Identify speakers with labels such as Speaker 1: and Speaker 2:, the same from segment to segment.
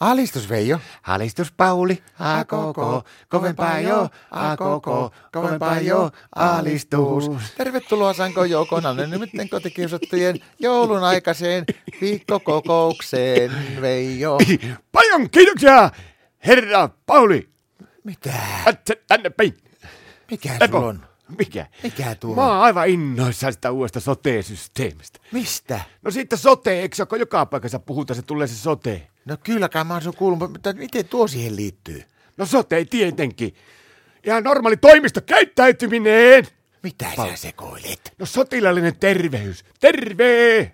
Speaker 1: Alistus Veijo.
Speaker 2: Alistus Pauli, a koko, kovempaa jo, a koko, kovempaa jo, alistus.
Speaker 1: Tervetuloa Sanko Joukonanne nimittäin kotikiusattujen joulun aikaiseen viikkokokoukseen, Veijo.
Speaker 2: Paljon kiitoksia, herra Pauli.
Speaker 1: Mitä?
Speaker 2: Katse tänne päin.
Speaker 1: Mikä
Speaker 2: Lepo.
Speaker 1: sulla on?
Speaker 2: Mikä?
Speaker 1: Mikä tuo
Speaker 2: Mä
Speaker 1: on?
Speaker 2: oon aivan innoissaan sitä uudesta sote-systeemistä.
Speaker 1: Mistä?
Speaker 2: No siitä sote, eikö se ole, kun joka paikassa puhutaan, se tulee se sote.
Speaker 1: No kyllä kai mä oon sun kuullut, mutta miten tuo siihen liittyy?
Speaker 2: No sote tietenkin. Ihan normaali toimisto käyttäytyminen.
Speaker 1: Mitä Pal- sä sekoilet?
Speaker 2: No sotilaallinen terveys. Terve!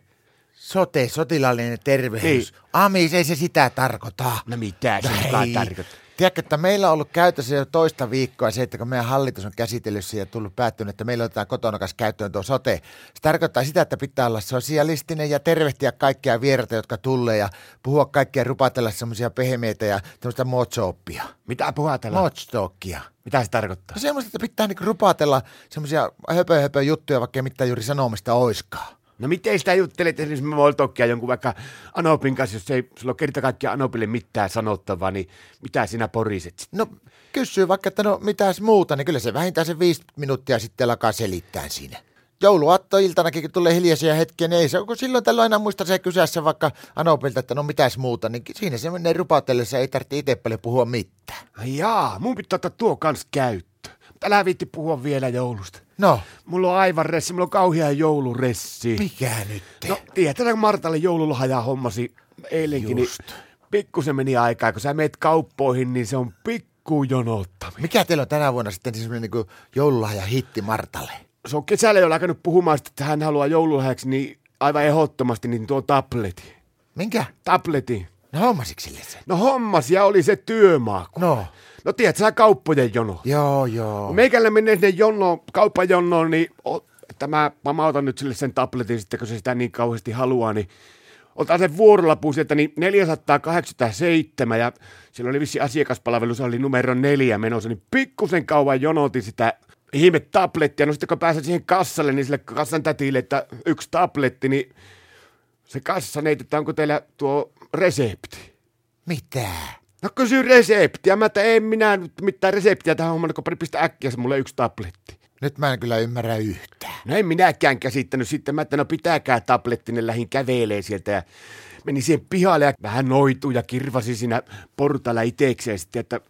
Speaker 1: Sote, sotilaallinen terveys. Niin. Amis, ei se sitä tarkoita.
Speaker 2: No mitä se
Speaker 1: No
Speaker 2: mukaan
Speaker 1: ei.
Speaker 2: tarkoittaa?
Speaker 1: Tiedätkö, että meillä on ollut käytössä jo toista viikkoa se, että kun meidän hallitus on käsitellyt sen ja tullut päättynyt, että meillä otetaan kotona kanssa käyttöön tuo sote. Se tarkoittaa sitä, että pitää olla sosialistinen ja tervehtiä kaikkia vieraita, jotka tulee ja puhua kaikkia rupatella semmoisia pehmeitä ja tämmöistä motsooppia.
Speaker 2: Mitä puhatellaan?
Speaker 1: Motstalkia.
Speaker 2: Mitä se tarkoittaa?
Speaker 1: No semmoista, että pitää niinku rupatella semmoisia höpö, höpö juttuja, vaikka ei mitään juuri sanomista oiskaan.
Speaker 2: No miten sitä juttelet esimerkiksi Moltokia jonkun vaikka Anopin kanssa, jos ei sulla ole kerta kaikkiaan Anopille mitään sanottavaa, niin mitä sinä poriset sit?
Speaker 1: No kysyy vaikka, että no mitäs muuta, niin kyllä se vähintään se viisi minuuttia sitten alkaa selittää siinä. Jouluaattoiltanakin, kun tulee hiljaisia hetkiä, niin ei se, kun silloin tällöin aina muista se kysässä vaikka Anopilta, että no mitäs muuta, niin siinä se menee rupatellessa, ei tarvitse itse paljon puhua mitään.
Speaker 2: Ai jaa, mun pitää ottaa tuo kans käyttöön. Mutta Älä viitti puhua vielä joulusta.
Speaker 1: No,
Speaker 2: Mulla on aivan ressi, mulla on kauhea jouluressi.
Speaker 1: mikä nyt?
Speaker 2: No, tiedätkö, kun Martalle joululahjaa hommasi eilenkin,
Speaker 1: Just.
Speaker 2: niin pikkusen meni aikaa. Kun sä meet kauppoihin, niin se on pikku jonottaminen.
Speaker 1: Mikä teillä on tänä vuonna sitten semmoinen niin kuin joululahja hitti Martalle?
Speaker 2: Se on kesällä jo alkanut puhumaan, sitä, että hän haluaa joululahjaksi, niin aivan ehdottomasti niin tuo tabletti.
Speaker 1: Minkä?
Speaker 2: Tabletti.
Speaker 1: No hommasitko sille sen?
Speaker 2: No hommas, ja oli se työmaaku.
Speaker 1: No,
Speaker 2: No tiedät, sä kauppojen jono.
Speaker 1: joo joo.
Speaker 2: Meikällä menee sinne jono, kauppajonnoon, niin o, että mä pamautan nyt sille sen tabletin sitten, kun se sitä niin kauheasti haluaa, niin otan sen vuorolapun sieltä, niin 487 ja siellä oli vissi asiakaspalvelussa oli numero neljä menossa, niin pikkusen kauan jonotin sitä ihme tablettia. No sitten kun pääsen siihen kassalle, niin sille kassan tätille, että yksi tabletti, niin se kassa neiti, että onko teillä tuo resepti.
Speaker 1: Mitä?
Speaker 2: No kysy reseptiä. Mä että en minä nyt mitään reseptiä tähän hommaan, kun pari pistää äkkiä se mulle yksi tabletti.
Speaker 1: Nyt mä en kyllä ymmärrä yhtään.
Speaker 2: No en minäkään käsittänyt sitten. Mä että no pitääkää tabletti, ne lähin kävelee sieltä ja meni siihen pihalle ja vähän noituu ja kirvasi siinä portailla itekseen sitten, että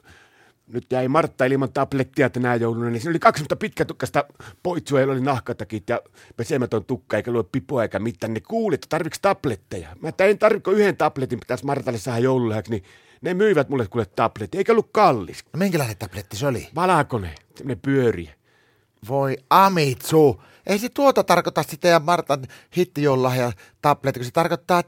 Speaker 2: nyt jäi Martta ilman tablettia tänä jouluna, niin siinä oli kaksi semmoista pitkätukkasta poitsua, jolla oli nahkatakit ja pesemätön tukka, eikä lue pipoa eikä mitään. Ne kuuli, että tarviks tabletteja. Mä että en tarvitse kuin yhden tabletin, pitäisi Martalle saada joululahjaksi, niin ne myivät mulle kuule tabletti, eikä ollut kallis.
Speaker 1: No minkälainen tabletti se oli?
Speaker 2: Valakone, semmoinen pyöriä.
Speaker 1: Voi Amitsu, ei se tuota tarkoita sitä ja Martan hittijoullahja tabletti, kun se tarkoittaa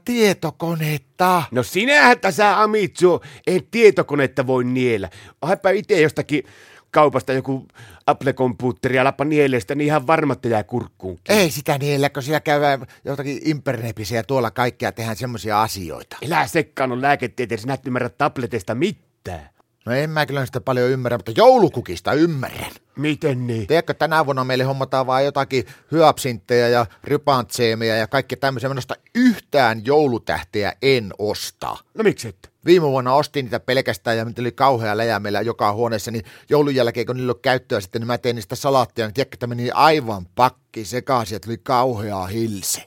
Speaker 1: tietokonetta.
Speaker 2: No sinähän tässä Amitsu, ei tietokonetta voi niellä. Haipä itse jostakin kaupasta joku Apple-kompuutteri ja lappa nielestä, niin ihan varmatta jää kurkkuun. kiinni.
Speaker 1: Ei sitä niillä, kun siellä käydään jotakin impernetissä ja tuolla kaikkea tehdään semmoisia asioita.
Speaker 2: Elä sekkaan on lääketieteessä, sinä et ymmärrä tableteista mitään.
Speaker 1: No en mä kyllä sitä paljon ymmärrä, mutta joulukukista ymmärrän.
Speaker 2: Miten niin?
Speaker 1: Tiedätkö, tänä vuonna meille hommataan vaan jotakin hyapsintteja ja rypantseemia ja kaikki tämmöisiä. Mä en osta yhtään joulutähteä en osta.
Speaker 2: No miksi et?
Speaker 1: Viime vuonna ostin niitä pelkästään ja niitä oli kauhea läjä meillä joka huoneessa, niin joulun jälkeen kun niillä on käyttöä sitten, niin mä tein niistä salaattia, niin tiedätkö, että meni aivan pakki sekaisin, että oli kauhea hilse.